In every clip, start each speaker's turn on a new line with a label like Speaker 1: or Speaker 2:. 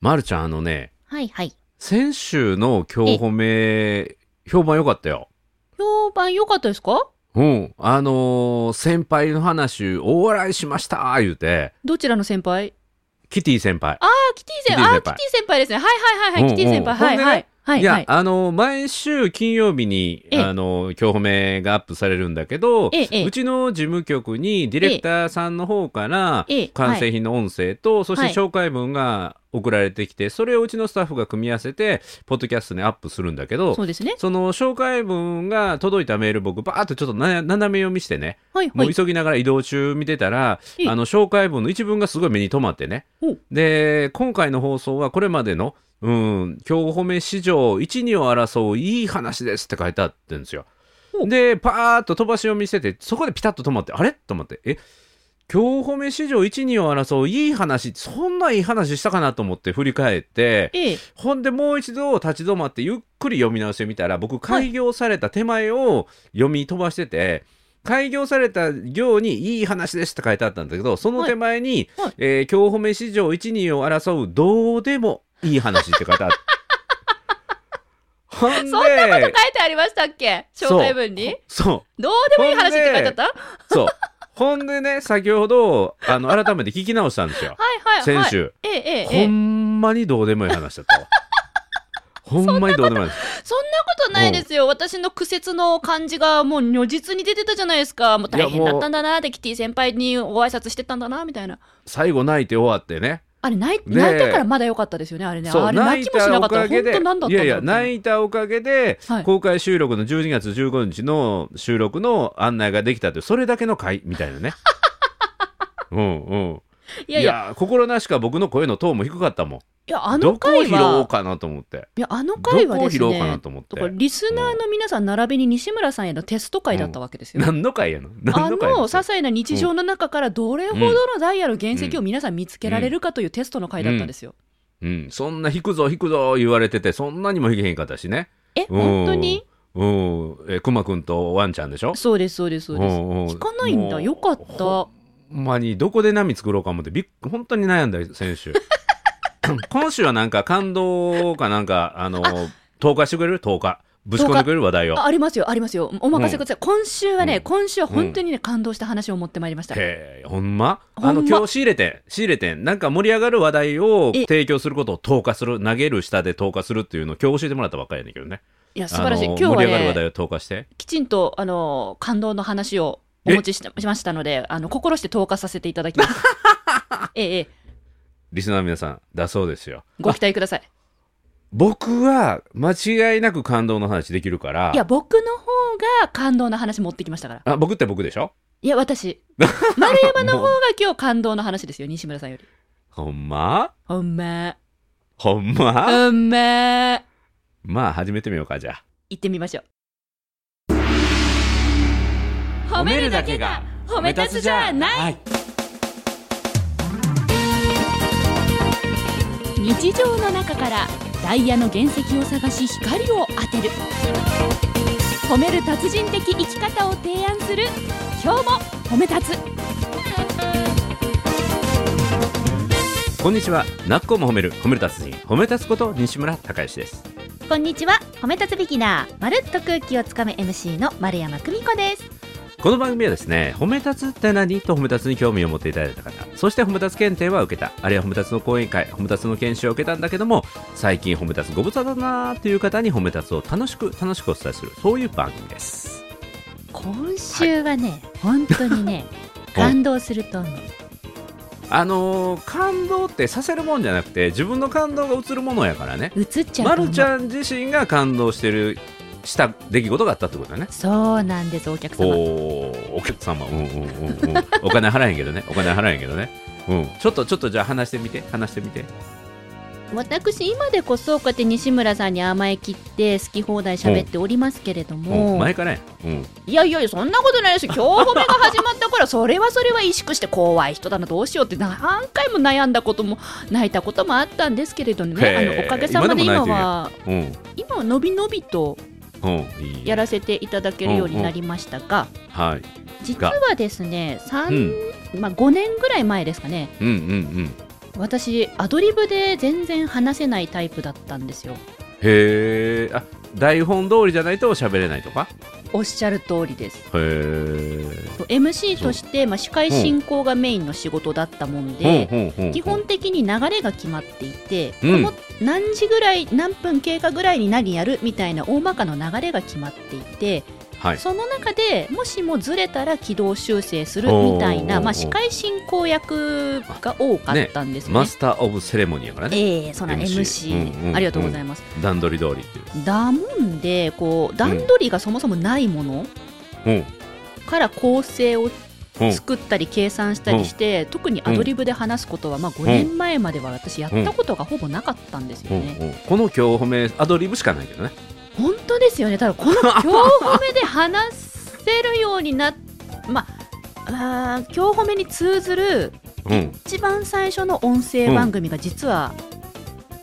Speaker 1: まるちゃん、あのね、
Speaker 2: はいはい。
Speaker 1: 先週の今日褒め、評判良かったよ。
Speaker 2: 評判良かったですか
Speaker 1: うん。あのー先輩の話、大笑いしました言うて、
Speaker 2: どちらの先輩
Speaker 1: キティ先輩。
Speaker 2: あー、キティ
Speaker 1: キ
Speaker 2: 先
Speaker 1: ティ先輩
Speaker 2: 輩。あー、キティ先輩ですね。はいはいはいはい。
Speaker 1: うん
Speaker 2: キティ先輩。は
Speaker 1: ほ
Speaker 2: い
Speaker 1: んで
Speaker 2: は
Speaker 1: ね
Speaker 2: い。はい
Speaker 1: いや、
Speaker 2: はい。
Speaker 1: あのー毎週金曜日に、
Speaker 2: ええ
Speaker 1: あのー今日褒めがアップされるんだけど、
Speaker 2: ええええ
Speaker 1: うちの事務局にディレクターさんの方から、
Speaker 2: ええ
Speaker 1: 完成品の音声と、そして
Speaker 2: はい
Speaker 1: 紹介文が送られてきて、それをうちのスタッフが組み合わせて、ポッドキャストにアップするんだけど、
Speaker 2: そうですね。
Speaker 1: その紹介文が届いたメール僕バーッとちょっとな斜め読みしてね
Speaker 2: はいは
Speaker 1: も。
Speaker 2: いう
Speaker 1: 急ぎながら移動中見てたら、
Speaker 2: ええ
Speaker 1: あの紹介文の一文がすごい目に留まってね
Speaker 2: お
Speaker 1: で今回の放送はこれまでの「うん今日褒め史上12を争ういい話です」って書いてあってんですよ
Speaker 2: お
Speaker 1: でパーッと飛ばし読みしててそこでピタッと止まってあれと思ってえ今日褒め史上12を争ういい話そんないい話したかなと思って振り返って
Speaker 2: ええ。
Speaker 1: ほんでもう一度立ち止まってゆっくり読み直してみたら僕開業された手前を読み飛ばしてて、開業された行に「いい話です」って書いてあったんだけどその手前に「
Speaker 2: はいはい
Speaker 1: えー今日褒め史上1、2を争うどうでもいい話」って書いてあったほんで
Speaker 2: そんなこと書いてありましたっけ紹介文に
Speaker 1: そう
Speaker 2: どうでもいい話って書いてあったは
Speaker 1: そうほんでね先ほどあの改めて聞き直したんですよ
Speaker 2: いはいはい。
Speaker 1: 先。週、
Speaker 2: えええええ
Speaker 1: ほ
Speaker 2: え。
Speaker 1: んまにどうでもいい話だ ったわほんまにどうでもいい話
Speaker 2: そんなことないですよ。私の苦節の感じがもう如実に出てたじゃないですか。もう大変だったんだなって、キティ先輩にお挨拶してたんだなみたいな。
Speaker 1: 最後泣いて終わってね
Speaker 2: あれ泣い、
Speaker 1: ねえ
Speaker 2: 泣いたからまだ良かったですよね、あれね。あれ泣きもしなかったら、本当なんだったんだろう
Speaker 1: いやいや泣いたおかげで、
Speaker 2: はい
Speaker 1: 公開収録の12月15日の収録の案内ができたというそれだけの回みたいな ねうんうん
Speaker 2: いやいや、
Speaker 1: 心なしか僕の声のトーンも低かったもん
Speaker 2: いや、あ
Speaker 1: ど
Speaker 2: の
Speaker 1: こを
Speaker 2: 回
Speaker 1: 拾おう
Speaker 2: は、
Speaker 1: かなと思って
Speaker 2: いや、あの
Speaker 1: ど
Speaker 2: 回は
Speaker 1: こを
Speaker 2: です
Speaker 1: 拾おうかな
Speaker 2: ね、
Speaker 1: と思って
Speaker 2: だからリスナーの皆さん並びに西村さんへのテスト回だったわけですよ。
Speaker 1: 何の回やの
Speaker 2: あ
Speaker 1: 何の
Speaker 2: の
Speaker 1: 回や
Speaker 2: 些細な日常の中からどれほどのダイヤの原石を皆さん見つけられるかというテストの回だったんですよ。
Speaker 1: うん、そんな引くぞ引くぞ言われててそんなにも引けへんかったしね
Speaker 2: え、
Speaker 1: うん
Speaker 2: 本当に
Speaker 1: うんえくまくんとワンちゃんでしょ
Speaker 2: そうです、そうです、そうです。
Speaker 1: 聞
Speaker 2: 聞かないんだ、よかった。
Speaker 1: ほんまにどこで波作ろうか思ってびっ本当に悩んだ選 手今週はなんか感動かなんかあの投下してくれる投下ぶち込んでくれる話題を
Speaker 2: あありますよ、ありますよ。お任せください。今週はね、
Speaker 1: うん
Speaker 2: 今週は本当にね、感動した話を持ってまいりました。
Speaker 1: へえほんま
Speaker 2: ほんま
Speaker 1: あの今日仕入れて仕入れてなんか盛り上がる話題を
Speaker 2: え
Speaker 1: 提供することを投下する投げる下で投下するっていうのを今日教えてもらったばっかりやねんけどね
Speaker 2: いや、素晴らしい。
Speaker 1: あの
Speaker 2: 今日は
Speaker 1: 盛り上がる話題
Speaker 2: ね、
Speaker 1: を投下して
Speaker 2: きちんと、あの、感動の話をお持ちしてしましたので、あの、心して投下させていただきます。ええ、ええ、
Speaker 1: リスナーの皆さんだそうですよ
Speaker 2: ご期待ください。
Speaker 1: 僕は間違いなく感動の話できるから
Speaker 2: いや、僕の方が感動の話持ってきましたから。
Speaker 1: あ僕って僕でしょ
Speaker 2: いや、私。丸山の方
Speaker 1: も
Speaker 2: が
Speaker 1: う
Speaker 2: 今日感動の話ですよ、西村さんより。
Speaker 1: ほんま
Speaker 2: ほんま。
Speaker 1: ほんま
Speaker 2: ほんま。
Speaker 1: まあ始めてみようかじゃあ
Speaker 2: 行ってみましょう。
Speaker 1: はい、
Speaker 2: 日常の中からダイヤの原石を探し光を当てる褒める達人的生き方を提案する今日も褒め立つ
Speaker 1: こんにちはなっこも褒める褒める達人褒め立つこと西村孝之です
Speaker 3: こんにちは褒め立つビギナーまるっと空気をつかめ MC の丸山久美子です
Speaker 1: この番組はですね褒め立つって何と褒め立つに興味を持っていただいた方そして褒め立つ検定は受けたあるいは褒め立つの講演会褒め立つの研修を受けたんだけども最近褒め立つご無沙汰だなーという方に褒め立つを楽しく楽しくお伝えするそういう番組です
Speaker 3: 今週はね、本当に ね感動すると思う
Speaker 1: あのー感動ってさせるもんじゃなくて自分の感動が映るものやからね
Speaker 3: 映っちゃ
Speaker 1: ま
Speaker 3: うと
Speaker 1: る
Speaker 3: 思
Speaker 1: ち
Speaker 3: う
Speaker 1: ゃん自身が感動してるした出来事があったってことだね
Speaker 3: そうなんですお客様
Speaker 1: おーお客様、うんうんうんうん、お金払えんけどね、お金払えんけどね、うん、ちょっとちょっとじゃあ話してみて、話してみて、
Speaker 3: 私今でこそこうやって西村さんに甘えきって好き放題喋っておりますけれど
Speaker 1: うん、
Speaker 3: も
Speaker 1: 前からや、うん、
Speaker 2: いやいやいやそんなことないですよ今日褒めが始まった頃それはそれは萎縮して怖い人だなどうしようって何回も悩んだことも泣いたこともあったんですけれどねあ
Speaker 1: へー
Speaker 2: のおかげさまで今
Speaker 1: 今でも
Speaker 2: は
Speaker 1: うん、
Speaker 2: 今はのびのびと
Speaker 1: うん、いい
Speaker 3: やらせていただけるようになりましたが、
Speaker 1: はい、
Speaker 3: 実はですね
Speaker 1: うん
Speaker 3: 3、、まあ、5年ぐらい前ですかね
Speaker 1: うん、うん、うん、
Speaker 2: 私アドリブで全然話せないタイプだったんですよ
Speaker 1: へえあ台本通りじゃないと喋れないとか
Speaker 2: おっしゃる通りです
Speaker 1: へえ
Speaker 2: そう MC として、まあ、司会進行がメインの仕事だったもんで、基本的に流れが決まっていて、
Speaker 1: うん
Speaker 2: この何時ぐらい何分経過ぐらいに何やるみたいな大まかの流れが決まっていて、
Speaker 1: はい
Speaker 2: その中でもしもずれたら軌道修正するみたい
Speaker 1: おーおーお
Speaker 2: な、
Speaker 1: ー
Speaker 2: まあ、司会進行役が多かったんですよね。
Speaker 1: マスター・オブ・セレモニーやからね
Speaker 2: ええその
Speaker 1: MC
Speaker 2: MC,
Speaker 1: うんうん
Speaker 2: ありがとうございます。
Speaker 1: 段取り通りっていう
Speaker 2: だもんでこう段取りがそもそもないもの
Speaker 1: うん
Speaker 2: から構成を
Speaker 1: うん
Speaker 2: 作ったり計算したりして、特にアドリブで話すことは、まあ、5年前までは私やったことがほぼなかったんですよね。
Speaker 1: うんうんこの今日褒めアドリブしかないけどね
Speaker 2: 本当ですよねただこの 今日褒めで話せるようになっまああー今日褒めに通ずる
Speaker 1: うん
Speaker 2: 一番最初の音声番組が実は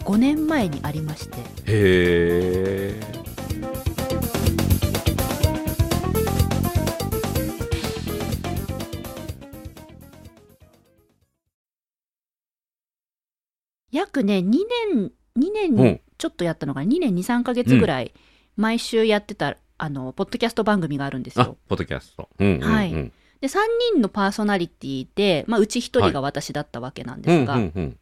Speaker 2: 5年前にありまして、
Speaker 1: へえ
Speaker 2: 約ね2年2年、
Speaker 1: うん
Speaker 2: ちょっとやったのが2年23か月ぐらい毎週やってた、あのポッドキャスト番組があるんです
Speaker 1: あ
Speaker 2: よ
Speaker 1: ポッドキャストうんうんうん
Speaker 2: はい
Speaker 1: うん
Speaker 2: で3人のパーソナリティで、まあ、うち1人が私だったわけなんで
Speaker 1: う
Speaker 2: す
Speaker 1: ん
Speaker 2: が、
Speaker 1: うん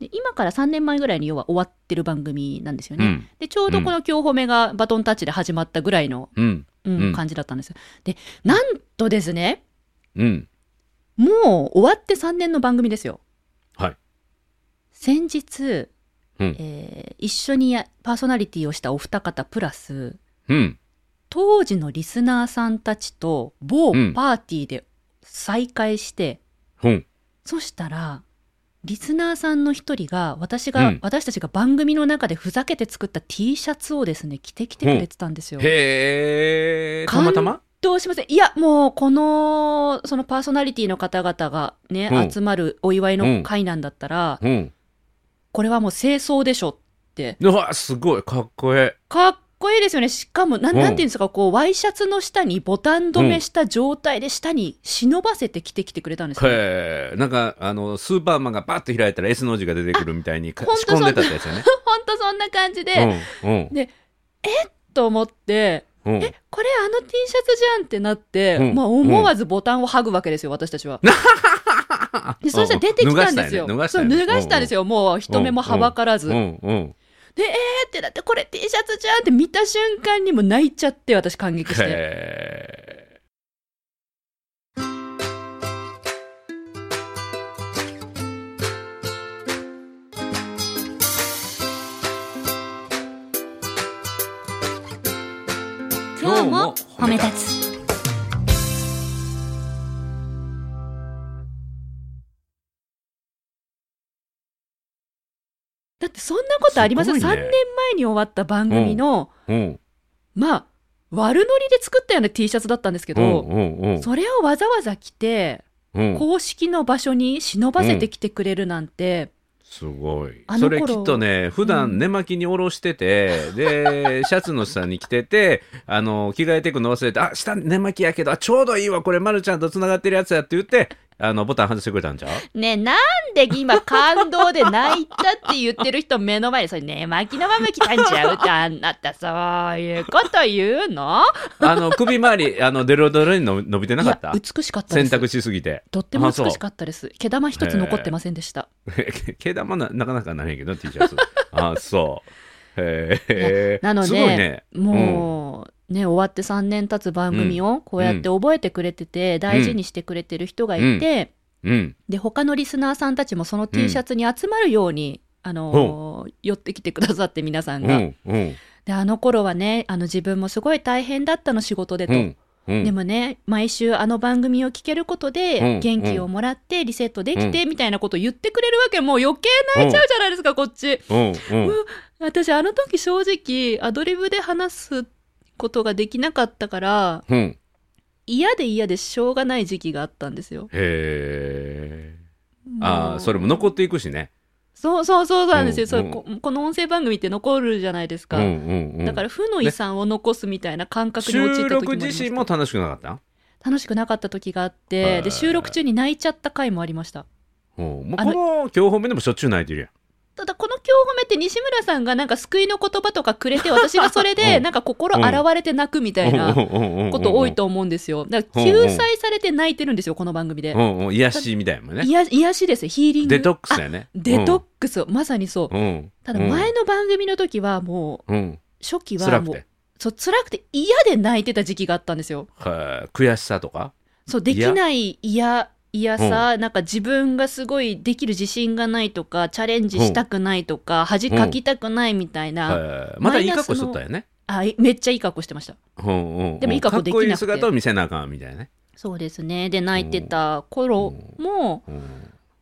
Speaker 2: で今から3年前ぐらいに要は終わってる番組なんですよ
Speaker 1: う
Speaker 2: ね、
Speaker 1: ん
Speaker 2: でちょうどこの「今日褒め」がバトンタッチで始まったぐらいの、
Speaker 1: うん
Speaker 2: うん
Speaker 1: うん
Speaker 2: 感じだったんですよでなんとですね
Speaker 1: うん
Speaker 2: もう終わって3年の番組ですよ
Speaker 1: はい
Speaker 2: 先日、
Speaker 1: うん
Speaker 2: えー一緒にやパーソナリティをしたお二方プラス
Speaker 1: うん
Speaker 2: 当時のリスナーさんたちと某
Speaker 1: うん
Speaker 2: パーティーで再会して、
Speaker 1: うん
Speaker 2: そしたら、リスナーさんの一人が、私が、
Speaker 1: うん
Speaker 2: 私たちが番組の中でふざけて作った T シャツをですね、着てきてくれてたんですよ。
Speaker 1: へえたまたま
Speaker 2: どうしませんいや、もう、この、そのパーソナリティの方々がね、
Speaker 1: うん
Speaker 2: 集まるお祝いの会なんだったら、
Speaker 1: うん
Speaker 2: これはもう清掃でしょって。
Speaker 1: うわすごいかっこえ
Speaker 2: かっこいいですよね。しかも、なん、
Speaker 1: うん
Speaker 2: なんていうんですか、こう、ワイシャツの下にボタン止めした状態で下に忍ばせて着てきてくれたんですよ。
Speaker 1: へえなんかあのスーパーマンがバッと開いたら S の字が出てくるみたいにか
Speaker 2: ほんと
Speaker 1: 仕込んでたってやつよね
Speaker 2: ほんとそんな感じで、
Speaker 1: うんうん
Speaker 2: と思って、
Speaker 1: うん
Speaker 2: えこれあの T シャツじゃんってなって、
Speaker 1: うん
Speaker 2: まあ、思わずボタンを剥ぐわけですよ、私 たちは。でそしたら出てきたんですよ。
Speaker 1: 脱がし
Speaker 2: そ
Speaker 1: た
Speaker 2: う
Speaker 1: よね
Speaker 2: 脱がしたんです
Speaker 1: よ
Speaker 2: よ、もう人目もはばからず。
Speaker 1: う
Speaker 2: え
Speaker 1: んうん
Speaker 2: ーってだってこれ T シャツじゃんって見た瞬間にもう泣いちゃって、私感激して。
Speaker 1: へー
Speaker 4: 今日も褒め立つ
Speaker 2: だってそんなことありま
Speaker 1: す
Speaker 2: す
Speaker 1: ごいね
Speaker 2: ?3 年前に終わった番組の、
Speaker 1: うん
Speaker 2: まあ、悪ノリで作ったような T シャツだったんですけ
Speaker 1: う
Speaker 2: ど、
Speaker 1: んうんうん
Speaker 2: それをわざわざ着て、
Speaker 1: うん
Speaker 2: 公式の場所に忍ばせてきてくれるなんて、
Speaker 1: すごい
Speaker 2: あの
Speaker 1: それき
Speaker 2: 頃
Speaker 1: っとね普
Speaker 2: う
Speaker 1: 段
Speaker 2: ん
Speaker 1: 寝巻きに下ろしてて、 でシャツの下に着ててあの着替えてくの忘れて「あ下寝巻きやけどあちょうどいいわこれまるちゃんとつながってるやつや」って言ってあのボタン外してくれた んちゃう
Speaker 2: ねえなんで今感動で泣いたって言ってる人目の前でそれね巻きのまま来たんちゃうってあんなたそういうこと言うの
Speaker 1: あの首周りあのデロデロにの伸びてなかった
Speaker 2: いや美しかったで
Speaker 1: 洗
Speaker 2: す
Speaker 1: 濯しすぎて
Speaker 2: とっても
Speaker 1: あそう
Speaker 2: 美しかったです毛玉一つ残ってませんでした
Speaker 1: 毛玉ななかなかないんやけど T シャツあそうへえ
Speaker 2: いやなのです
Speaker 1: ごいね
Speaker 2: もう、ね終わって3年経つ番組をこうやって覚えてくれてて、大事にしてくれてる人がいて、
Speaker 1: うん
Speaker 2: で他のリスナーさんたちもその T シャツに集まるように、あのー寄ってきてくださって皆さん
Speaker 1: う
Speaker 2: が、
Speaker 1: んうん
Speaker 2: であの頃はねあの自分もすごい大変だったの仕事でと、
Speaker 1: うんうん
Speaker 2: でもね、毎週あの番組を聞けること
Speaker 1: う
Speaker 2: で
Speaker 1: ん、
Speaker 2: 元気をもらって、リセットできて、みたいなこと言ってくれるわけ、もう余計泣いちゃうじゃないですか、こっち。
Speaker 1: うんうん
Speaker 2: 私、あの時正直、アドリブで話すことができなかったから、
Speaker 1: うん
Speaker 2: 嫌で嫌でしょうがない時期があったんですよ。
Speaker 1: へえ。あ
Speaker 2: も
Speaker 1: あ、
Speaker 2: う
Speaker 1: それも残っていくしね。
Speaker 2: そうそうそうなんですよ、
Speaker 1: うん
Speaker 2: そう
Speaker 1: うん
Speaker 2: こ。この音声番組って残るじゃないです
Speaker 1: う
Speaker 2: か。
Speaker 1: んうんうん。
Speaker 2: だから、負の遺産を残すみたいな感覚に陥
Speaker 1: 収
Speaker 2: った時もあり
Speaker 1: 録自
Speaker 2: ま
Speaker 1: 身
Speaker 2: し
Speaker 1: も
Speaker 2: た。
Speaker 1: 楽しくなかった
Speaker 2: 楽しくなかった時があっ
Speaker 1: はい
Speaker 2: て、で、収録中に泣いちゃった回もありました。
Speaker 1: うおうま
Speaker 2: あ
Speaker 1: あ、
Speaker 2: の
Speaker 1: この今日褒めでもしょっちゅう泣いてるやん
Speaker 2: ただこの今日褒めって西村さんがなんか救いの言葉とかくれて私がそれで
Speaker 1: うん
Speaker 2: なんか心洗われて泣くみたいなこ
Speaker 1: こと
Speaker 2: 多いと思うんですよだから救済されて泣いてるんですよこの番組で
Speaker 1: うんうん、癒しみたいなもんね。
Speaker 2: 癒や癒しですヒーリング
Speaker 1: デトックスだよね。
Speaker 2: あデトックスまさにそう
Speaker 1: うんうん。
Speaker 2: ただ前の番組の時はも
Speaker 1: うん、うん。
Speaker 2: う初期は
Speaker 1: 辛
Speaker 2: も
Speaker 1: く
Speaker 2: う
Speaker 1: て。
Speaker 2: そう辛くて嫌で泣いてた時期があったんですよ
Speaker 1: はい悔しさとか。
Speaker 2: そうできない嫌嫌さ、なんか自分がすごいできる自信がないとかチャレンジしたくないとか恥かきたくないみたいな、
Speaker 1: はいまたいい格好しとったよね。
Speaker 2: あいめっちゃいい格好してました
Speaker 1: うんうんうん
Speaker 2: でもいい格好できなくて
Speaker 1: かっこいい姿を見せなあかんみたいなね。
Speaker 2: そうですねで泣いてた頃も
Speaker 1: うん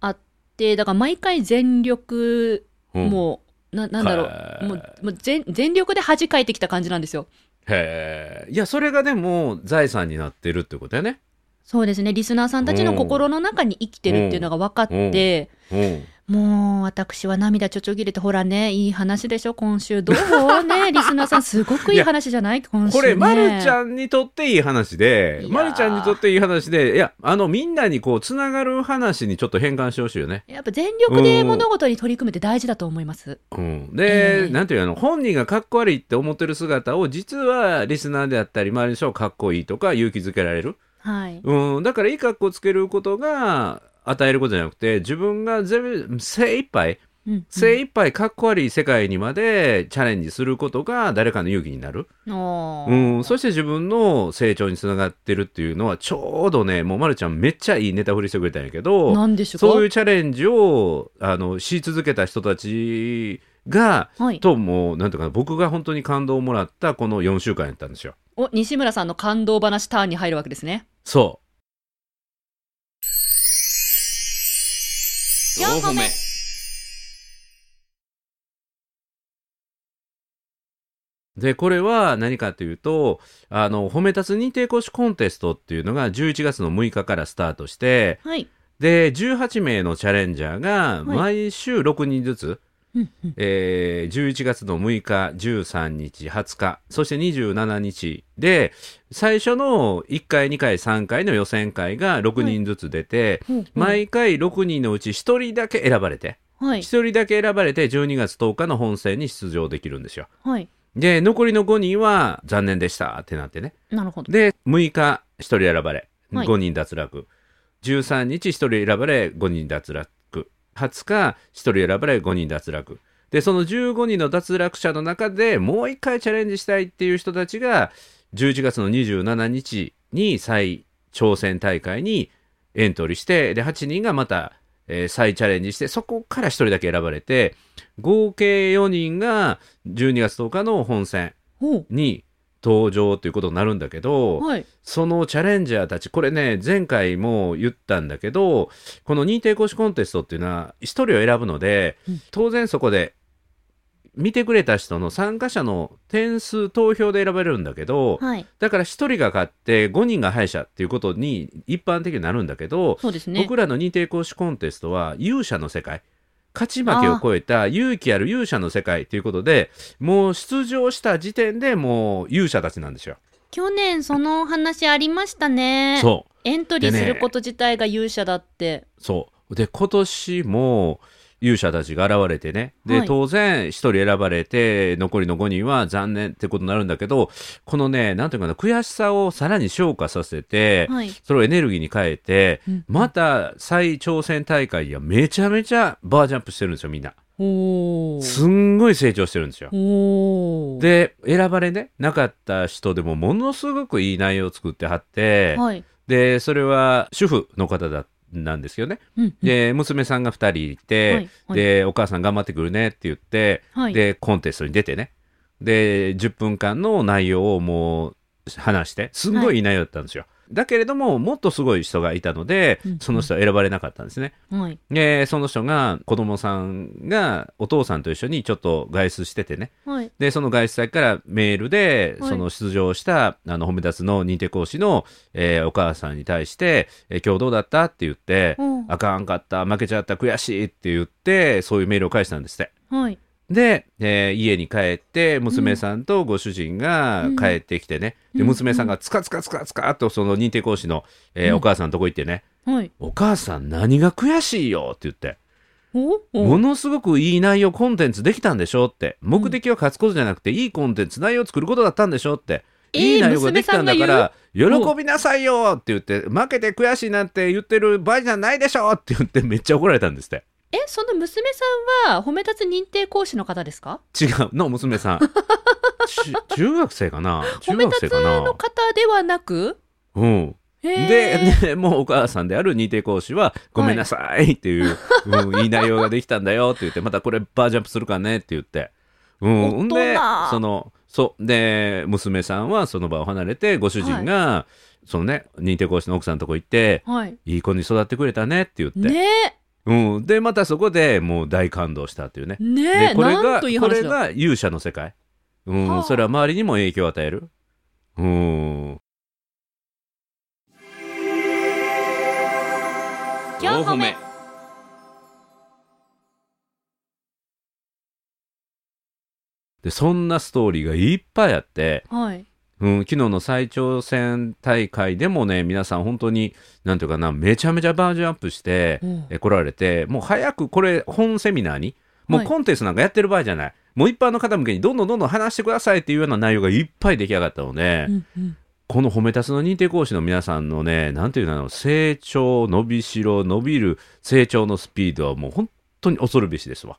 Speaker 2: あってだから毎回全力
Speaker 1: うん
Speaker 2: もう、ななんだろ
Speaker 1: は
Speaker 2: う
Speaker 1: い
Speaker 2: もうもう全全力で恥かいてきた感じなんですよ
Speaker 1: へえ。いや、それがでも財産になってるってことやね。
Speaker 2: そうですねリスナーさんたちの心の中に生きてるっていうのが分かって、
Speaker 1: うん。
Speaker 2: もう私は涙ちょちょぎれてほらねいい話でしょ今週どう ねリスナーさんすごくいい話じゃない今週、ね、
Speaker 1: これ、まるち
Speaker 2: ん
Speaker 1: ゃんにとっていい話
Speaker 2: い
Speaker 1: で
Speaker 2: や、ー
Speaker 1: まるちゃんにとっていい話で、いや、あの、みんなにこう、つながる話にちょっと変換してほしいよね。
Speaker 2: やっぱ全力で物事に取り組むって大事だと思います、
Speaker 1: うん、で、
Speaker 2: ええ
Speaker 1: なんていうの本人がかっこ悪いって思ってる姿を実はリスナーであったり周りの人をかっこいいとか勇気づけられる、
Speaker 2: はい
Speaker 1: うん、だからいい格好つけることが与えることじゃなくて自分が全部精一杯
Speaker 2: うんうん
Speaker 1: 精一杯かっこ悪い世界にまでチャレンジすることが誰かの勇気になる、
Speaker 2: お
Speaker 1: う
Speaker 2: ー
Speaker 1: ん、そして自分の成長につながってるっていうのはちょうどねもうまるちゃんめっちゃいいネタ振りしてくれたんやけど
Speaker 2: なんでしょうか
Speaker 1: そういうチャレンジをあのし続けた人たちが
Speaker 2: はい、
Speaker 1: ともうなんとかな僕が本当に感動をもらったこの4週間やったんですよ
Speaker 2: お西村さんの感動話ターンに入るわけですね
Speaker 1: そ
Speaker 4: 4個目
Speaker 1: うでこれは何かというとあの褒め立つ認定講師コンテストっていうのが11月の6日からスタートして
Speaker 2: はい、
Speaker 1: で18名のチャレンジャーが毎週6人ずつ、
Speaker 2: うんうん
Speaker 1: えー11月の6日13日20日そして27日で最初の1回2回3回の予選会が6人ずつ出て、
Speaker 2: ほうほう
Speaker 1: 毎回6人のうち1人だけ選ばれて
Speaker 2: は
Speaker 1: 1
Speaker 2: い
Speaker 1: 人だけ選ばれて12月10日の本戦に出場できるんですよ。
Speaker 2: はい
Speaker 1: で残りの5人は残念でしたってなってね
Speaker 2: なるほど
Speaker 1: で6日1人選ばれ
Speaker 2: はい
Speaker 1: 5人脱落、13日1人選ばれ5人脱落20日1人選ばれ5人脱落でその15人の脱落者の中でもう1回チャレンジしたいっていう人たちが11月の27日に再挑戦大会にエントリーしてで8人がまた、えー再チャレンジしてそこから1人だけ選ばれて合計4人が12月10日の本戦
Speaker 2: ほ
Speaker 1: に登場ということになるんだけど、
Speaker 2: うはい
Speaker 1: そのチャレンジャーたち、これね、前回も言ったんだけど、この認定講師コンテストっていうのは、一人を選ぶので
Speaker 2: うん、
Speaker 1: 当然そこで、見てくれた人の参加者の点数投票で選ばれるんだけど、
Speaker 2: はい
Speaker 1: だから一人が勝って5人が敗者っていうことに一般的になるんだけど、
Speaker 2: そうですね
Speaker 1: 僕らの認定講師コンテストは勇者の世界勝ち負けを超えた勇気ある勇者の世界ということでもう出場した時点でもう勇者たちなんですよ。
Speaker 2: 去年その話ありましたね
Speaker 1: そう
Speaker 2: エントリーすること自体が勇者だって、
Speaker 1: そうで今年も勇者たちが現れてねで、
Speaker 2: はい
Speaker 1: 当然1人選ばれて残りの5人は残念ってことになるんだけどこのねなんていうかな悔しさをさらに昇華させて、
Speaker 2: はい
Speaker 1: それをエネルギーに変えてまた再挑戦大会やめちゃめちゃバージョンアップしてるんですよみんな。
Speaker 2: おー
Speaker 1: すんごい成長してるんですよ。
Speaker 2: おー
Speaker 1: で選ばれねなかった人でもものすごくいい内容を作ってはって、
Speaker 2: はい、
Speaker 1: でそれは主婦の方だなんですよね。
Speaker 2: うん
Speaker 1: で娘さんが2人いて、
Speaker 2: はいはい
Speaker 1: でお母さん頑張ってくるねって言って、
Speaker 2: はい
Speaker 1: でコンテストに出てねで10分間の内容をもう話してすんごいいい内容だったんですよ。だけれどももっとすごい人がいたので
Speaker 2: うんうん
Speaker 1: その人は選ばれなかったんですね。
Speaker 2: はい
Speaker 1: でその人が子供さんがお父さんと一緒にちょっと外出しててね
Speaker 2: はい
Speaker 1: でその外出先からメールで、
Speaker 2: はい
Speaker 1: その出場したあの褒め立つの認定講師の、えーお母さんに対して、えー今日どうだった?」って言って
Speaker 2: うん
Speaker 1: あかんかった負けちゃった悔しい」って言ってそういうメールを返したんですって。
Speaker 2: はい
Speaker 1: で、えー家に帰って娘さんとご主人が帰ってきてね、
Speaker 2: うん
Speaker 1: で
Speaker 2: うん
Speaker 1: 娘さんがつかつかつかつかっとその認定講師の、えー
Speaker 2: うん
Speaker 1: お母さんのとこ行ってね、
Speaker 2: はい。
Speaker 1: お母さん何が悔しいよって言って、
Speaker 2: お
Speaker 1: も
Speaker 2: お
Speaker 1: のすごくいい内容コンテンツできたんでしょって目的は勝つことじゃなくて、いいコンテンツ内容を作ることだったんでしょって、
Speaker 2: えー
Speaker 1: いい内容ができたんだから喜
Speaker 2: が言う
Speaker 1: びなさいよって言って負けて悔しいなんて言ってる場合じゃないでしょって言ってめっちゃ怒られたんですって
Speaker 2: え、その娘さんは、褒め立つ認定講師の方ですか
Speaker 1: 違うの娘 さんち中学生かな
Speaker 2: 褒
Speaker 1: 中
Speaker 2: め
Speaker 1: 学
Speaker 2: 立
Speaker 1: 生
Speaker 2: つ
Speaker 1: かな
Speaker 2: の方ではなく
Speaker 1: うん
Speaker 2: へー
Speaker 1: で、ね、もうお母さんである認定講師は、ごめんなさいって いう、うん、いい内容ができたんだよって言って、またこれバージョンアップするからねって言って。うん、ほんで
Speaker 2: 大人、
Speaker 1: その、そう、で、娘さんはその場を離れて、ご主人が、そのね、認定講師の奥さんのとこ行って、
Speaker 2: はい。
Speaker 1: いい子に育ってくれたねって言って。
Speaker 2: ね
Speaker 1: うん、で、またそこでもう大感動したっていうね
Speaker 2: え。。ねえ、
Speaker 1: で、これ
Speaker 2: なん
Speaker 1: が、
Speaker 2: という
Speaker 1: これ
Speaker 2: 話だ。
Speaker 1: が勇者の世界。う
Speaker 2: は
Speaker 1: ん、
Speaker 2: あ
Speaker 1: それは周りにも影響を与える。うん。
Speaker 4: 4歩目
Speaker 1: でそんなストーリーがいっぱいあって、
Speaker 2: はい。
Speaker 1: うん、昨日の最長戦大会でもね皆さん本当になんていうかなめちゃめちゃバージョンアップして、
Speaker 2: うん
Speaker 1: え来られてもう早くこれ本セミナーにもう
Speaker 2: はい
Speaker 1: コンテンツなんかやってる場合じゃない、もう一般の方向けにどんどんどんどん話してくださいっていうような内容がいっぱい出来上がったので、
Speaker 2: うんうん
Speaker 1: この褒めたつの認定講師の皆さんのね、なんていうの、成長、伸びしろ、伸びる成長のスピードはもう本当に恐るべしですわ。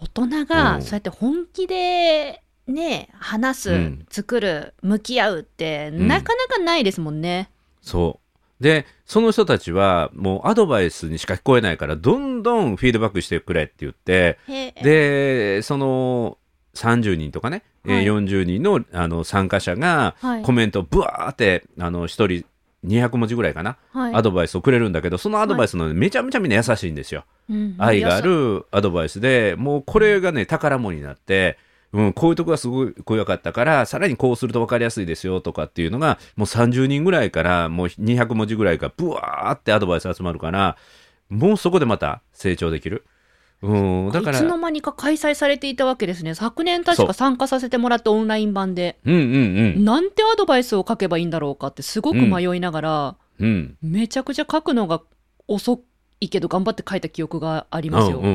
Speaker 2: 大人
Speaker 1: うん
Speaker 2: が、そうやって本気で、ねえ、話す、
Speaker 1: うん
Speaker 2: 作る、向き合うって、
Speaker 1: ん
Speaker 2: なかなかないですもんね。
Speaker 1: そう。で、その人たちはもうアドバイスにしか聞こえないから、どんどんフィードバックしてくれって言って、
Speaker 2: へえ。
Speaker 1: で、その30人とかね、えー
Speaker 2: はい
Speaker 1: 40人のあの参加者が
Speaker 2: はい
Speaker 1: コメントをブワーって、あの、1人200文字ぐらいかな、
Speaker 2: はい
Speaker 1: アドバイスをくれるんだけど、そのアドバイスのめちゃめちゃみんな優しいんですよ。
Speaker 2: うん
Speaker 1: 愛があ
Speaker 2: よ
Speaker 1: るアドバイスでもうこれがね宝物になって、うん、こういうとこがすごいこう良かったからさらにこうすると分かりやすいですよとかっていうのがもう30人ぐらいからもう200文字ぐらいがブワーってアドバイス集まるからもうそこでまた成長できる。うん、
Speaker 2: そ
Speaker 1: だか
Speaker 2: い
Speaker 1: ら
Speaker 2: つの間にか開催されていたわけですね。昨年確か参加させてもらったオンライン版で、
Speaker 1: うんうん
Speaker 2: なんてアドバイスを書けばいいんだろうかってすごく迷いながら、
Speaker 1: うんうん
Speaker 2: めちゃくちゃ書くのが遅いけど頑張って書いた記憶があり
Speaker 1: うん
Speaker 2: ます
Speaker 1: う
Speaker 2: よ。
Speaker 1: んうんう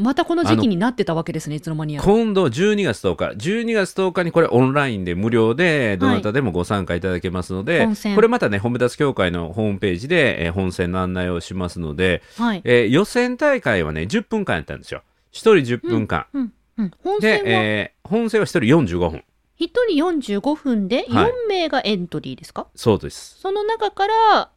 Speaker 1: ん
Speaker 2: またこの時期になってたわけですね、いつの間にや。
Speaker 1: 今度12月10日12月10日にこれオンラインで無料でどなたでもご参加いただけますので、
Speaker 2: 本選
Speaker 1: これまたね褒め立つ協会のホームページで、えー本選の案内をしますので、
Speaker 2: はい。
Speaker 1: えー予選大会はね10分間やったんですよ1人10分間、
Speaker 2: うん。うん。本
Speaker 1: で
Speaker 2: 戦、は
Speaker 1: えー本戦は1人45分
Speaker 2: 一人45分で
Speaker 1: はい
Speaker 2: 4名がエントリーですか、
Speaker 1: そうです
Speaker 2: その中から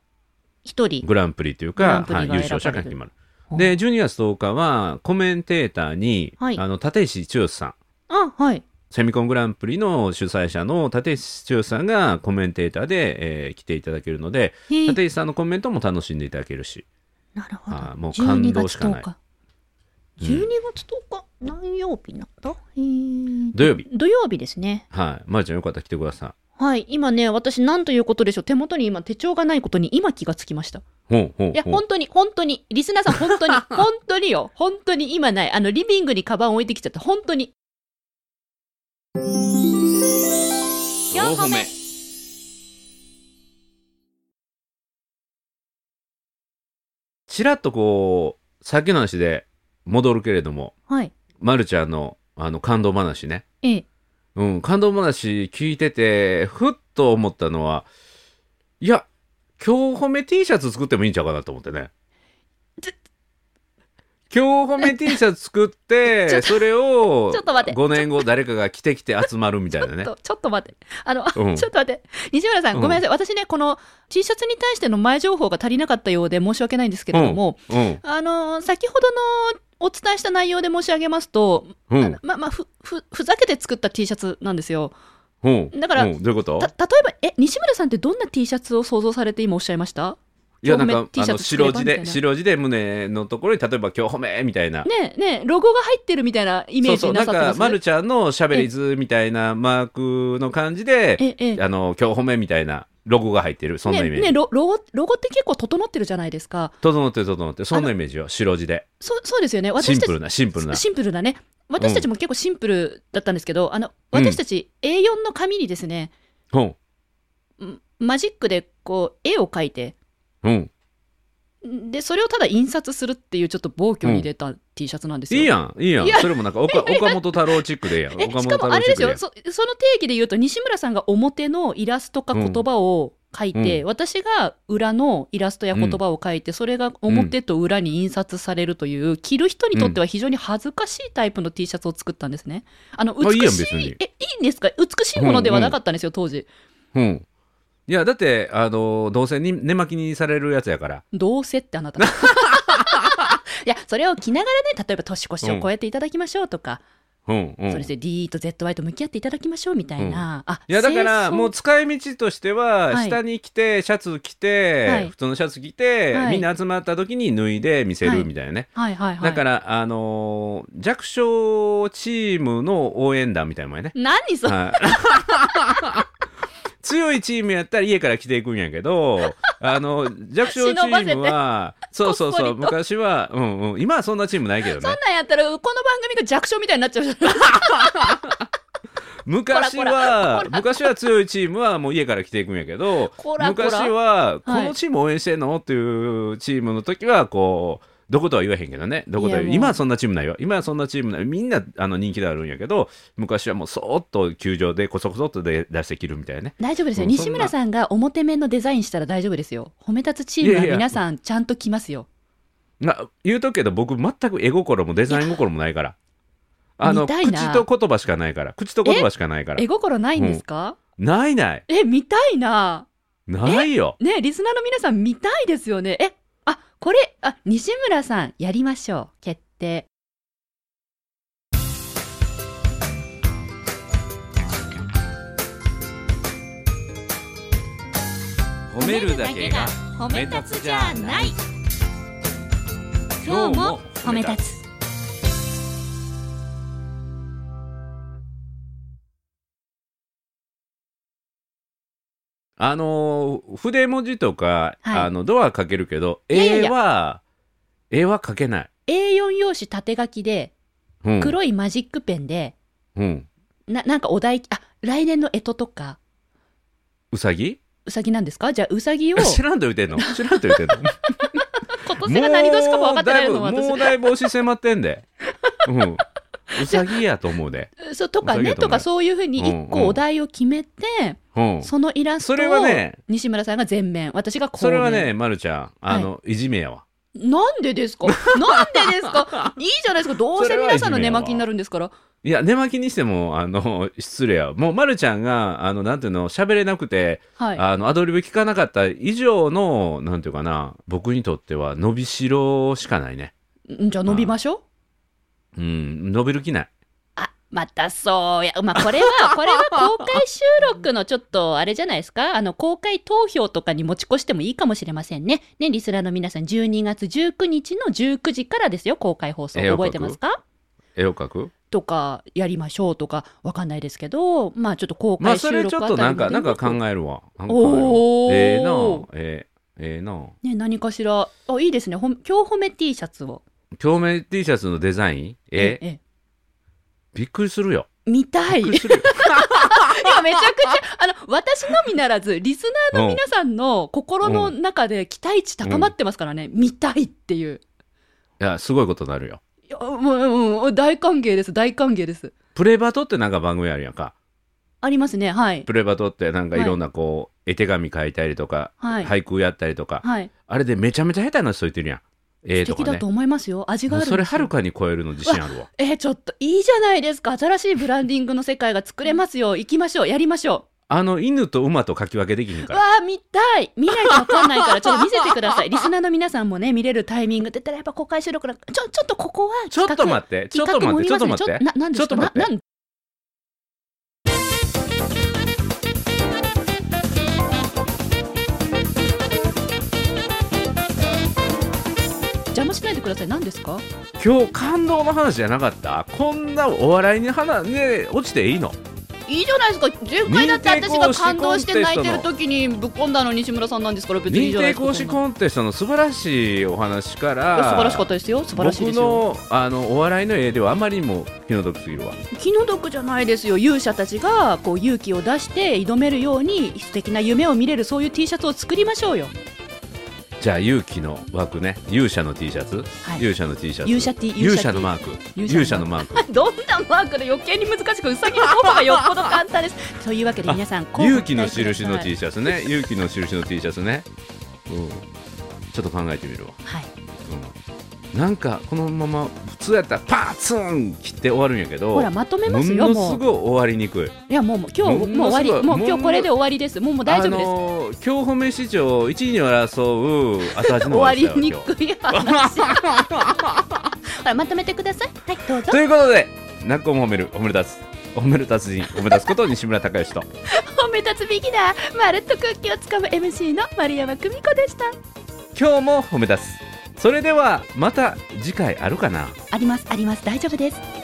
Speaker 2: 一人。
Speaker 1: グランプリという
Speaker 2: グラン
Speaker 1: か
Speaker 2: プリが
Speaker 1: はい優
Speaker 2: 選ばれる
Speaker 1: 勝者が決まる
Speaker 2: ほう
Speaker 1: で12月10日はコメンテーターに、
Speaker 2: はい
Speaker 1: あの立石剛さん
Speaker 2: あ、はい。
Speaker 1: セミコングランプリの主催者の立石剛さんがコメンテーターで、えー来ていただけるので
Speaker 2: へえ
Speaker 1: 立石さんのコメントも楽しんでいただけるし
Speaker 2: なるほど。
Speaker 1: あーもう感動しかない
Speaker 2: 12月10日。
Speaker 1: うん
Speaker 2: 12月10日、何曜日なんだ、えー
Speaker 1: 土曜日
Speaker 2: 土曜日ですね。
Speaker 1: はい、まるちゃんよかったら来てくださ
Speaker 2: はい。今ね、私なんということでしょう。手元に今手帳がないことに今気がつきました。
Speaker 1: い。ほうほうほう
Speaker 2: いや、本当に、本当に。リスナーさん、本当に、本当によ。本当に今ない。あの、リビングにカバン置いてきちゃった。本当に。
Speaker 4: 4歩目
Speaker 1: ちらっとこうさっきの話で戻るけれども、
Speaker 2: はい。
Speaker 1: ま、るちゃんのあの感動話ね、
Speaker 2: ええ。
Speaker 1: うん、感動話聞いててふっと思ったのはいや今日褒め T シャツ作ってもいいんちゃうかなと思ってね。今日褒 め T シャツ作ってそれを
Speaker 2: ちょっと待って
Speaker 1: 5年後誰かが着てきて集まるみたいなね
Speaker 2: ちょ。っとちょっと待って。あの、
Speaker 1: うん
Speaker 2: ちょっと待って。西村さん、
Speaker 1: うん
Speaker 2: ごめんなさい。私ね、この T シャツに対しての前情報が足りなかったようで申し訳ないんですけれども、
Speaker 1: うん
Speaker 2: あの、先ほどのお伝えした内容で申し上げますと、
Speaker 1: う
Speaker 2: あの
Speaker 1: ん
Speaker 2: ま、まあ、ふ、ふ、ふざけて作った T シャツなんですよ。
Speaker 1: うん、
Speaker 2: だから
Speaker 1: うんどういうこと
Speaker 2: た、例えば、え、西村さんってどんな T シャツを想像されて今おっしゃいました
Speaker 1: いやな
Speaker 2: 今
Speaker 1: ん
Speaker 2: 日褒め
Speaker 1: か
Speaker 2: T
Speaker 1: あ
Speaker 2: シャ
Speaker 1: の
Speaker 2: ツ作れ
Speaker 1: 白地
Speaker 2: ばみたいな
Speaker 1: で白地で胸のところに例えば今日褒めみたいな
Speaker 2: ねえ、ねえ、ロゴが入ってるみたいなイメージ
Speaker 1: そうそうな
Speaker 2: になさ
Speaker 1: ん
Speaker 2: ってま
Speaker 1: か
Speaker 2: す
Speaker 1: まるちゃんのしゃべり図みたいなマークの感じで
Speaker 2: え、え、ね
Speaker 1: あの今日褒めみたいなロゴが入ってるそんなイメージ、
Speaker 2: ねロロゴ、ロゴって結構整ってるじゃないですか。
Speaker 1: 整ってる整ってるそんなイメージよ白地で
Speaker 2: そう、そうですよね。
Speaker 1: シン
Speaker 2: 私た
Speaker 1: プ
Speaker 2: ち
Speaker 1: ルなシンプルな
Speaker 2: シンプルだね。私たちも結構シンプルだったんですけど、あの、私たち A4 の紙にですね、
Speaker 1: うん
Speaker 2: んマジックでこう、絵を描いて、
Speaker 1: うん
Speaker 2: でそれをただ印刷するっていうちょっと暴挙に出た T シャツなんですよ。
Speaker 1: いいやん、いいやん
Speaker 2: い。や
Speaker 1: それもなんか、岡岡本太郎チックでええやん。
Speaker 2: え
Speaker 1: 岡本
Speaker 2: しか
Speaker 1: 太
Speaker 2: もあ
Speaker 1: 郎
Speaker 2: れ
Speaker 1: チッ
Speaker 2: で
Speaker 1: ク
Speaker 2: す
Speaker 1: でええ
Speaker 2: よそその定義で言うと西村さんが表のイラストか言葉を書いて、私が裏のイラストや言葉を書いて、それが表と裏に印刷されるという着る人にとっては非常に恥ずかしいタイプの T シャツを作ったんですね。あの
Speaker 1: あいい
Speaker 2: 美
Speaker 1: やん
Speaker 2: し
Speaker 1: 別
Speaker 2: い
Speaker 1: に
Speaker 2: えいいんですか美しいものではなかったんですよ、当時。
Speaker 1: やん。うん。いや、だって、あの、どうせに寝巻きにされるやつやから。
Speaker 2: どうせって あなた。いやそれを着ながらね例えば年越しを越えていただきましょうとか、
Speaker 1: うん、うん。
Speaker 2: それ
Speaker 1: い
Speaker 2: で D と ZY と向き合っていただきましょうみたいな、あ
Speaker 1: や、だから、
Speaker 2: 清掃
Speaker 1: もう使い道としては、
Speaker 2: はい
Speaker 1: 下に着て、シャツ着
Speaker 2: はい
Speaker 1: て、普通のシャツ着て
Speaker 2: は、い
Speaker 1: みんな集まった時に脱いで見せ
Speaker 2: はい
Speaker 1: るみたいなね。
Speaker 2: はいはいはい
Speaker 1: だから、あのー弱小チームの応援団みたいなもんやね。
Speaker 2: 何それ、
Speaker 1: はい強いチ ームやったら家から来ていくんやけど、あの、弱小チー ムは、そうそうそ
Speaker 2: こっ
Speaker 1: う、
Speaker 2: そりと
Speaker 1: 昔は、うんうん、今はそんなチームないけど
Speaker 2: そん
Speaker 1: ね。
Speaker 2: なんやったらこの番組が弱小みたいになっちゃうじゃない
Speaker 1: 昔
Speaker 2: こら
Speaker 1: は、 昔は強いチームはもう家から来ていくんやけど、
Speaker 2: こらこら
Speaker 1: 昔は、こ
Speaker 2: はい
Speaker 1: のチーム応援してんのっていうチームの時は、こう、どことは言わへんけどね。どことは言
Speaker 2: いうやもう
Speaker 1: 今はそんなチームないよ。今はそんなチームない。みんなあの人気であるんやけど、昔はもうそーっと球場でこそこそっと出出して切るみたいなね。
Speaker 2: 大丈夫ですよ
Speaker 1: うんそんな
Speaker 2: 西村さんが表面のデザインしたら大丈夫ですよ褒め立つチームはい
Speaker 1: やいや
Speaker 2: 皆さんちゃんと来ますよ
Speaker 1: な言うとくけど僕全く絵心もデザイン心もないからあの
Speaker 2: 見たいな
Speaker 1: 口と言葉しかないから口と言葉しかないから
Speaker 2: 絵心ないんですか、
Speaker 1: ないない
Speaker 2: え見たいな
Speaker 1: ないよ
Speaker 2: ねリスナーの皆さん見たいですよねえあこれあ西村さんやりましょう決定
Speaker 1: 褒
Speaker 4: 褒
Speaker 1: め立つじゃない今日も褒め立
Speaker 4: つ
Speaker 1: あのー筆文字とか、
Speaker 2: はい
Speaker 1: あのドア書けるけど
Speaker 2: いやいやい
Speaker 1: 絵
Speaker 2: や
Speaker 1: は絵は書けない、
Speaker 2: A4 用紙縦書きで
Speaker 1: うん、
Speaker 2: 黒いマジックペンで、
Speaker 1: うん
Speaker 2: ななんかお題あ来年の干支とか
Speaker 1: うさぎ
Speaker 2: うさぎなんですかじゃあう さぎを
Speaker 1: 知らんと言うてんの知らんと言うてん の
Speaker 2: 今年が何年かも分かってないの
Speaker 1: もうだいぶ
Speaker 2: 私
Speaker 1: もうだいぶ押し迫ってんで、うん、うさぎやと思うで、
Speaker 2: そうとか
Speaker 1: うさぎだ
Speaker 2: ね
Speaker 1: と思
Speaker 2: と
Speaker 1: う
Speaker 2: かそういうふうに一
Speaker 1: うんう
Speaker 2: 個
Speaker 1: ん
Speaker 2: お題を決めて、
Speaker 1: うん、
Speaker 2: そのイラスト
Speaker 1: それは
Speaker 2: を
Speaker 1: ね
Speaker 2: 西村さんが前面私が後面
Speaker 1: それはね、ま、るちゃんあの、い、じめやわ
Speaker 2: なんで ですかなんでですかいいじゃないですかどうせ皆さんの
Speaker 1: それはいじめ
Speaker 2: 寝
Speaker 1: やわ
Speaker 2: 巻きになるんですから
Speaker 1: いや、寝巻きにしても、あの、 失礼や。もう、まるちゃんが、あの、なんていうの、喋れなくて、
Speaker 2: はい
Speaker 1: あの、アドリブ聞かなかった以上の、なんていうかな、僕にとっては、伸びしろしかないね。
Speaker 2: んじゃあ伸びましょう
Speaker 1: うん、伸びる気ない。
Speaker 2: あまたそうや、まあ、これ は、これは公開収録のちょっと、あれじゃないですか、あの、公開投票とかに持ち越してもいいかもしれませんね。ね、リスナーの皆さん、12月19日の19時からですよ、公開放送。
Speaker 1: えー
Speaker 2: 覚えてますか
Speaker 1: 絵を描く
Speaker 2: とか、やりましょうとか、わかんないですけど、まあ、ちょっと公
Speaker 1: まあ、
Speaker 2: 開
Speaker 1: そ
Speaker 2: 収
Speaker 1: れ
Speaker 2: 録
Speaker 1: ちょっ
Speaker 2: あ
Speaker 1: と
Speaker 2: た
Speaker 1: な
Speaker 2: り
Speaker 1: んか、なんか考
Speaker 2: え
Speaker 1: えるわ。なんか考えるわ
Speaker 2: おー
Speaker 1: ええなあええええなあ
Speaker 2: ね、何かしら、あ、いいですね、ほん今日褒め T シャツを。
Speaker 1: 共鳴 T シャツのデザインえ
Speaker 2: え
Speaker 1: びっくりするよ。
Speaker 2: 見 たい。
Speaker 1: びっくりする よ。
Speaker 2: いやめちゃくちゃ、あの、私のみならず、リスナーの皆さんの心の中で期待値高まってますからね、見たいっていう。
Speaker 1: いや、すごいことになるよ。
Speaker 2: いや、もう、もう大歓迎です、大歓迎です。
Speaker 1: プレバトってなんか番組あるやんか。
Speaker 2: ありますね、はい。
Speaker 1: プレバトってなんかいろんなこう、絵手紙書いたりとか、
Speaker 2: はい。
Speaker 1: 俳句やったりとか、
Speaker 2: はい。
Speaker 1: あれでめちゃめちゃ下手な人いてるやん。ええ
Speaker 2: 素
Speaker 1: と
Speaker 2: 敵
Speaker 1: か
Speaker 2: だ
Speaker 1: ね
Speaker 2: と。思いますよ。味が
Speaker 1: も
Speaker 2: あ
Speaker 1: う
Speaker 2: るんです
Speaker 1: それは
Speaker 2: よ
Speaker 1: るかに超えるの自信あるわ。
Speaker 2: えーちょっと、いいじゃないですか。新しいブランディングの世界が作れますよ。行きましょう。やりましょ
Speaker 1: あの犬と馬と書き分けできひん
Speaker 2: う。
Speaker 1: か
Speaker 2: わ
Speaker 1: ら。
Speaker 2: あ、見たい。見ないとわかんない から、ちょっと見せてください。リスナーの皆さんもね、見れるタイミングって言ったら、やっぱ公開収録なんかちょ、ちょっとここは
Speaker 1: ちょ
Speaker 2: 企
Speaker 1: っ
Speaker 2: 画、
Speaker 1: と待って、ちょっと待って、ちょっと待って。
Speaker 2: ななんです
Speaker 1: ちょ
Speaker 2: か
Speaker 1: っと待って
Speaker 2: ななん邪魔しないでください。何ですか？
Speaker 1: 今日感動の話じゃなかったこんなお笑いに花ね落ちていいの
Speaker 2: いいじゃないですか。前回だって私が感動して泣いてる
Speaker 1: 認定講師コンテスト
Speaker 2: 時にぶっ込んだの西村さんなんですから別にいい
Speaker 1: 認
Speaker 2: じゃな
Speaker 1: 定
Speaker 2: いですか。
Speaker 1: 講師
Speaker 2: ン
Speaker 1: コンテストの素晴らしいお話か
Speaker 2: 素
Speaker 1: ら
Speaker 2: 晴らしかったですよ。素晴らしいですよ。
Speaker 1: 僕のあのお笑いの絵ではあまりにも気の毒すぎるわ
Speaker 2: 気の毒じゃないですよ。勇者たちがこう勇気を出して挑めるように素敵な夢を見れるそういう T シャツを作りましょうよ。
Speaker 1: じゃあ勇気の枠ね勇者の T シャツ、
Speaker 2: はい
Speaker 1: 勇者の T シャツ
Speaker 2: 勇者 T
Speaker 1: 勇者のマーク勇
Speaker 2: 勇
Speaker 1: 者
Speaker 2: 者
Speaker 1: の
Speaker 2: の
Speaker 1: マーク
Speaker 2: どんなマークで余計に難しくうさぎの方がよっぽど簡単ですというわけで皆さんこう
Speaker 1: 勇気の印の T
Speaker 2: シ
Speaker 1: シャツね勇気の印の T シャツね、うん、ちょっと考えてみるわ、
Speaker 2: ャツはい
Speaker 1: うん、なんかこのまま普通やったらパーツン切って終わるんやけど
Speaker 2: ほらまとめます
Speaker 1: も
Speaker 2: よ
Speaker 1: の
Speaker 2: も
Speaker 1: す
Speaker 2: う
Speaker 1: ごい終わりにくい
Speaker 2: いやもうもう今日もう終わり
Speaker 1: も
Speaker 2: も
Speaker 1: のすごいう
Speaker 2: 今日これで終わりですもうもう大丈夫です
Speaker 1: のー、今日褒め市場1位に争う後味の
Speaker 2: 終
Speaker 1: 話
Speaker 2: わ
Speaker 1: だ
Speaker 2: り
Speaker 1: よ
Speaker 2: に
Speaker 1: 今日
Speaker 2: くい話ほらまとめてくださいはいどう ぞ
Speaker 1: ということで何個も褒める褒め立つ褒める達人褒め立つこと西村孝之と
Speaker 2: 褒め立つビギナーまるっと空気をつかむ MC の丸山久美子でした
Speaker 1: 今日も褒め立つそれではまた次回あるかな
Speaker 2: ありますあります大丈夫です